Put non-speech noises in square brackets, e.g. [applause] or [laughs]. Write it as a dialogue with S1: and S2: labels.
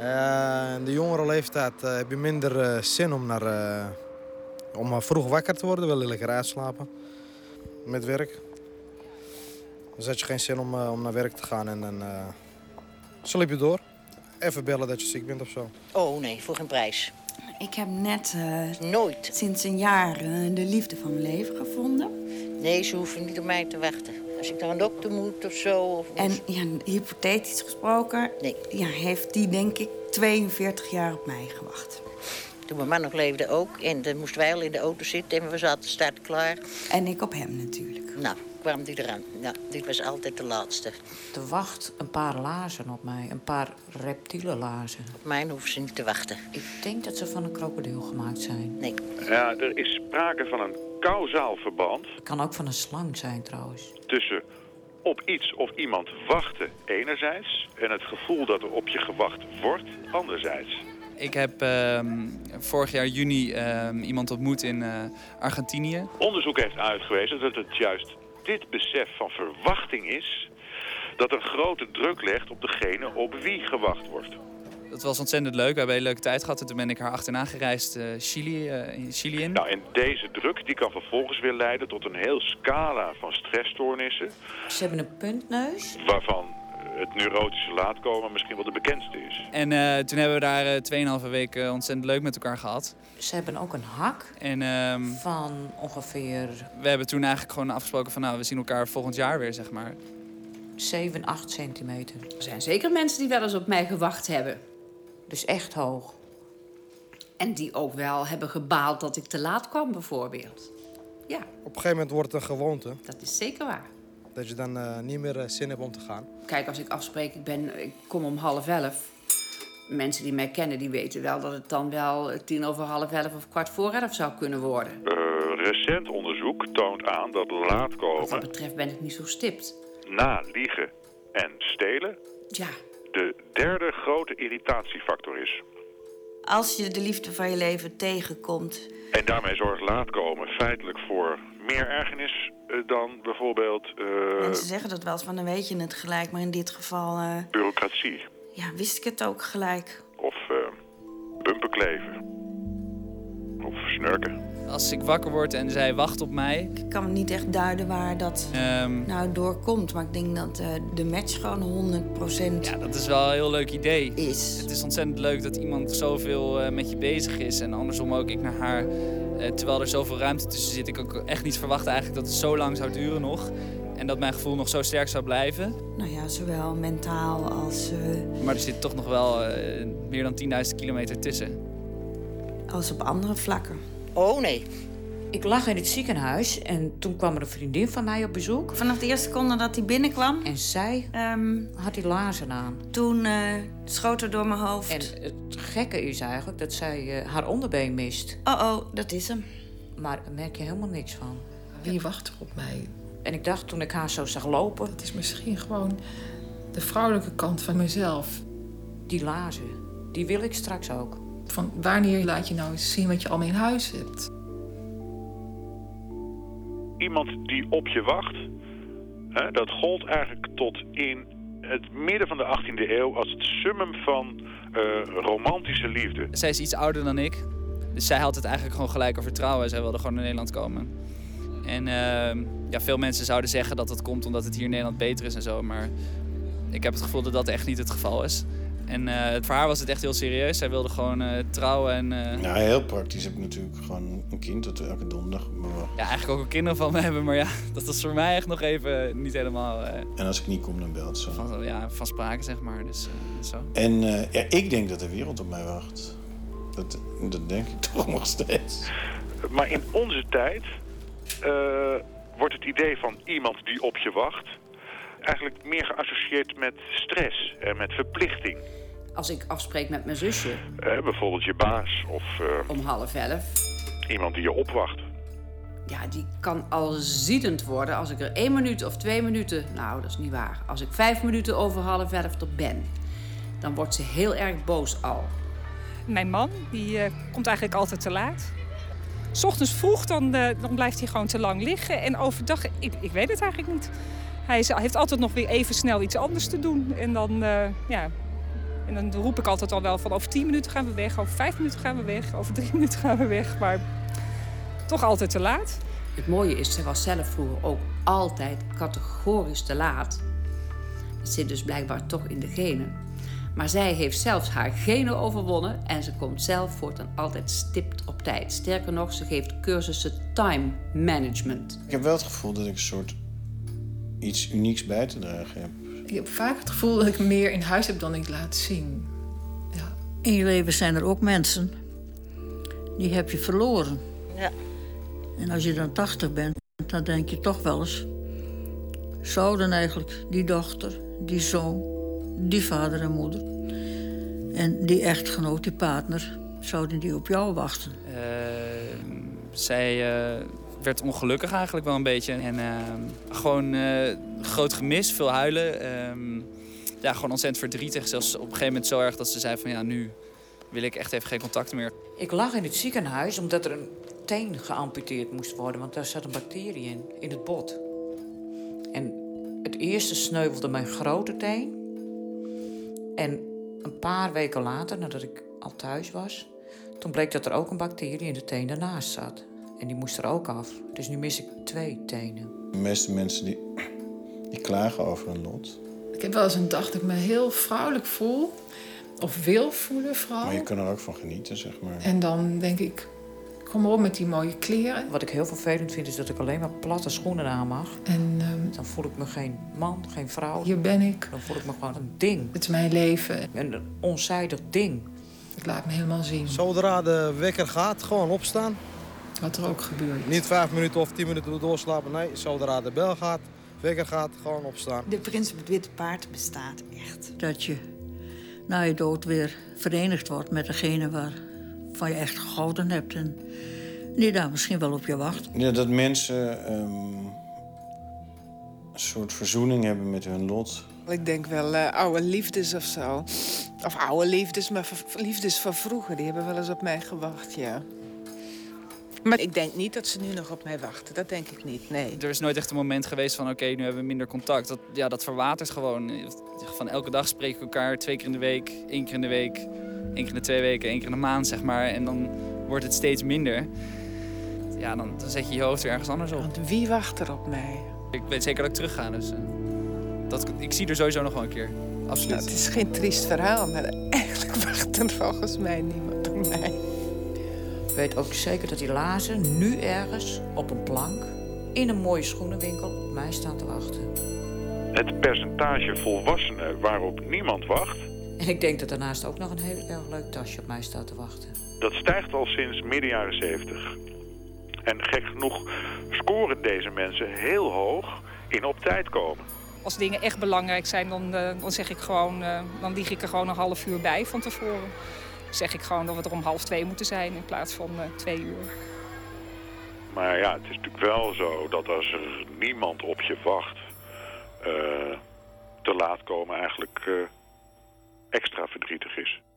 S1: Eh, in de jongere leeftijd eh, heb je minder eh, zin om, naar, eh, om eh, vroeg wakker te worden. Wil je lekker uitslapen met werk. Dus had je geen zin om, eh, om naar werk te gaan en dan eh sliep je door. Even bellen dat je ziek bent of zo.
S2: Oh nee, voor geen prijs.
S3: Ik heb net eh,
S2: Nooit.
S3: sinds een jaar eh, de liefde van mijn leven gevonden.
S2: Nee, ze hoeven niet op mij te wachten. Als ik naar een dokter moet of zo. Of
S3: En ja, hypothetisch gesproken
S2: Nee.
S3: ja, heeft die denk ik 42 jaar op mij gewacht.
S2: Toen mijn man nog leefde ook. En dan moesten wij al in de auto zitten en we zaten start klaar.
S3: En ik op hem natuurlijk.
S2: Nou, kwam die eraan. Nou, dit was altijd de laatste.
S4: Er wacht een paar lazen op mij, een paar reptiele lazen.
S2: Op mij hoeven ze niet te wachten.
S4: Ik denk dat ze van een krokodil gemaakt zijn.
S2: Nee.
S5: Ja, er is sprake van een kausaal verband
S4: Het kan ook van een slang zijn trouwens.
S5: tussen op iets of iemand wachten enerzijds en het gevoel dat er op je gewacht wordt anderzijds.
S6: Ik heb ehm, vorig jaar juni ehm, iemand ontmoet in eh, Argentinië.
S5: Onderzoek heeft uitgewezen dat het juist dit besef van verwachting is dat een grote druk legt op degene op wie gewacht wordt.
S6: Dat was ontzettend leuk. We hebben een hele leuke tijd gehad. En toen ben ik haar achterna gereisd eh, Chili, eh, in Chili in.
S5: Nou, en deze druk die kan vervolgens weer leiden tot een heel scala van stressstoornissen,
S4: Ze hebben een puntneus.
S5: waarvan het neurotische laatkomen misschien wel de bekendste is.
S6: En eh, toen hebben we daar eh 2,5 weken ontzettend leuk met elkaar gehad.
S4: Ze hebben ook een hak
S6: En ehm,
S4: van ongeveer
S6: we hebben toen eigenlijk gewoon afgesproken van nou, we zien elkaar volgend jaar weer, zeg maar.
S4: 7, 8 centimeter.
S7: Er zijn zeker mensen die wel eens op mij gewacht hebben.
S4: Dus echt hoog.
S7: En die ook wel hebben gebaald dat ik te laat kwam, bijvoorbeeld. Ja,
S1: Op een gegeven moment wordt het een gewoonte
S7: dat is zeker waar.
S1: dat je dan eh, niet meer eh, zin hebt om te gaan.
S7: Kijk, als ik afspreek, ik, ben, ik kom om half elf. Mensen die mij kennen, die weten wel dat het dan wel tien over half elf of kwart voor elf zou kunnen worden.
S5: Eh, recent onderzoek toont aan dat
S7: Wat dat
S5: laatkomen,
S7: betreft ben ik niet zo stipt.
S5: na liegen en stelen
S7: Ja,
S5: de derde grote irritatiefactor is.
S3: Als je de liefde van je leven tegenkomt,
S5: En daarmee zorgt laatkomen feitelijk voor meer ergernis eh, dan bijvoorbeeld eh,
S3: mensen zeggen dat wel eens van dan weet je het gelijk, maar in dit geval eh,
S5: bureaucratie
S3: ja, wist ik het ook gelijk.
S5: of eh bumperkleven of snurken.
S6: Als ik wakker word en zij wacht op mij,
S3: Ik kan niet echt duiden waar dat
S6: ehm,
S3: nou doorkomt, maar ik denk dat eh, de match gewoon 100%
S6: ja, dat is wel een heel leuk idee.
S3: is.
S6: Het is ontzettend leuk dat iemand zoveel eh, met je bezig is. En andersom ook ik naar haar. Eh, terwijl er zoveel ruimte tussen zit. Ik ook echt niet verwacht eigenlijk dat het zo lang zou duren nog. En dat mijn gevoel nog zo sterk zou blijven.
S3: Nou ja, zowel mentaal als, eh,
S6: Maar er zit toch nog wel eh, meer dan 10.000 kilometer tussen.
S3: als op andere vlakken.
S2: Oh nee.
S4: Ik lag in het ziekenhuis en toen kwam er een vriendin van mij op bezoek.
S3: Vanaf de eerste seconde dat hij binnenkwam,
S4: En zij
S3: ehm,
S4: had die lazen aan.
S3: toen eh, schoot er door mijn hoofd.
S4: En het gekke is eigenlijk dat zij eh, haar onderbeen mist.
S3: Oh oh, dat is hem.
S4: Maar daar merk je helemaal niks van.
S8: Wie wacht er op mij?
S4: En ik dacht toen ik haar zo zag lopen,
S8: Het is misschien gewoon de vrouwelijke kant van mezelf.
S4: die lazen, die wil ik straks ook.
S8: Van wanneer laat je nou eens zien wat je allemaal in huis hebt?
S5: Iemand die op je wacht, hè, dat gold eigenlijk tot in het midden van de 18e eeuw als het summum van eh, romantische liefde.
S6: Zij is iets ouder dan ik. Dus zij had het eigenlijk gewoon gelijk over trouwen. Zij wilde gewoon naar Nederland komen. En ehm, ja, veel mensen zouden zeggen dat het komt omdat het hier in Nederland beter is en zo. Maar ik heb het gevoel dat dat echt niet het geval is. En eh, voor haar was het echt heel serieus. Zij wilde gewoon eh, trouwen en... eh,
S9: Ja, heel praktisch heb ik natuurlijk gewoon een kind dat we elke donderdag.
S6: ja, eigenlijk ook een kinderen van me hebben. Maar ja, [laughs] dat was voor mij echt nog even niet helemaal eh,
S9: En als ik niet kom, dan belt ze.
S6: van, ja, van sprake, zeg maar. Dus eh, zo.
S9: En eh, ja, ik denk dat de wereld op mij wacht. Dat, dat denk ik [laughs] toch nog steeds.
S5: Maar in onze tijd eh, wordt het idee van iemand die op je wacht eigenlijk meer geassocieerd met stress en met verplichting.
S7: als ik afspreek met mijn zusje
S5: Eh, bijvoorbeeld je baas of eh,
S7: om half elf...
S5: iemand die je opwacht.
S7: Ja, die kan al ziedend worden als ik er één minuut of twee minuten... Nou, dat is niet waar. Als ik vijf minuten over half elf er ben... dan wordt ze heel erg boos al.
S10: Mijn man die, eh, komt eigenlijk altijd te laat. 's ochtends vroeg dan, eh, dan blijft hij gewoon te lang liggen. En overdag, ik, ik weet het eigenlijk niet. Hij is- hij heeft altijd nog weer even snel iets anders te doen. En dan, eh, ja, En dan roep ik altijd al wel van over 10 minuten gaan we weg, over 5 minuten gaan we weg, over 3 [laughs] minuten gaan we weg. Maar toch altijd te laat.
S7: Het mooie is, ze was zelf vroeger ook altijd categorisch te laat. Dat zit dus blijkbaar toch in de genen. Maar zij heeft zelfs haar genen voortwonnen en ze komt zelf voortaan altijd stipt op tijd. Sterker nog, ze geeft cursussen time management.
S9: Ik heb wel het gevoel dat ik een soort iets unieks bij te dragen heb.
S8: Ik heb vaak het gevoel dat ik meer in huis heb dan ik laat zien.
S11: In je leven zijn er ook mensen die heb je verloren.
S2: Ja.
S11: En als je dan 80 bent, dan denk je toch wel eens: zouden eigenlijk die dochter, die zoon, die vader en moeder en die echtgenoot, die partner, zouden die op jou wachten?
S6: Eh, zij eh, werd ongelukkig eigenlijk wel een beetje. En eh, gewoon eh, groot gemis, veel huilen. Ehm, ja, gewoon ontzettend verdrietig. Zelfs op een gegeven moment zo erg dat ze zei van ja, nu wil ik echt even geen contact meer.
S4: Ik lag in het ziekenhuis omdat er een teen geamputeerd moest worden, want daar zat een bacterie in, in het bot. En het eerste sneuvelde mijn grote teen. En een paar weken later, nadat ik al thuis was, toen bleek dat er ook een bacterie in de teen daarnaast zat. En die moest er ook af. Dus nu mis ik twee tenen.
S9: De meeste mensen die, die klagen over hun lot.
S8: Ik heb wel eens een dag dat ik me heel vrouwelijk voel. Of wil voelen vooral.
S9: Maar je kan er ook van genieten, zeg maar.
S8: En dan denk ik, kom op met die mooie kleren.
S4: Wat ik heel vervelend vind, is dat ik alleen maar platte schoenen aan mag.
S8: En ehm,
S4: Dan voel ik me geen man, geen vrouw.
S8: hier ben ik.
S4: Dan voel ik me gewoon een ding.
S8: Het is mijn leven.
S4: Een onzijdig ding.
S8: Ik laat me helemaal zien
S1: Zodra de wekker gaat, gewoon opstaan.
S8: wat er ook gebeurt.
S1: Niet vijf minuten of tien minuten doorslapen. Nee, zodra de bel gaat, wekker gaat, gewoon opstaan.
S12: De prins op het witte paard bestaat echt.
S11: Dat je na je dood weer verenigd wordt met degene waarvan je echt gehouden hebt en die daar misschien wel op je wacht.
S9: Ja, dat mensen ehm, een soort verzoening hebben met hun lot.
S13: Ik denk wel eh, oude liefdes of zo. Of oude liefdes, maar v- liefdes van vroeger. Die hebben wel eens op mij gewacht, ja. Maar ik denk niet dat ze nu nog op mij wachten. Dat denk ik niet, nee.
S6: Er is nooit echt een moment geweest van oké, nu hebben we minder contact. Dat, ja, dat verwatert gewoon. Van elke dag spreken we elkaar twee keer in de week, één keer in de week, één keer in de twee weken, één keer in de maand, zeg maar. En dan wordt het steeds minder. Ja, dan, dan zet je je hoofd weer ergens anders op.
S13: Want wie wacht er op mij?
S6: Ik weet zeker dat ik terug ga, dus eh, dat, ik zie er sowieso nog wel een keer. Absoluut.
S13: Het is geen triest verhaal, maar eigenlijk wacht er volgens mij niemand op mij.
S4: Ik weet ook zeker dat die lazen nu ergens op een plank in een mooie schoenenwinkel op mij staan te wachten.
S5: Het percentage volwassenen waarop niemand wacht,
S4: En ik denk dat daarnaast ook nog een heel erg leuk tasje op mij staat te wachten.
S5: dat stijgt al sinds midden jaren 70. En gek genoeg scoren deze mensen heel hoog in op tijd komen.
S10: Als dingen echt belangrijk zijn, dan, eh, dan zeg ik gewoon, eh, dan lieg ik er gewoon een half uur bij van tevoren. Dan zeg ik gewoon dat we er om half twee moeten zijn in plaats van eh, twee uur.
S5: Maar ja, het is natuurlijk wel zo dat als er niemand op je wacht, eh, te laat komen eigenlijk eh, extra verdrietig is.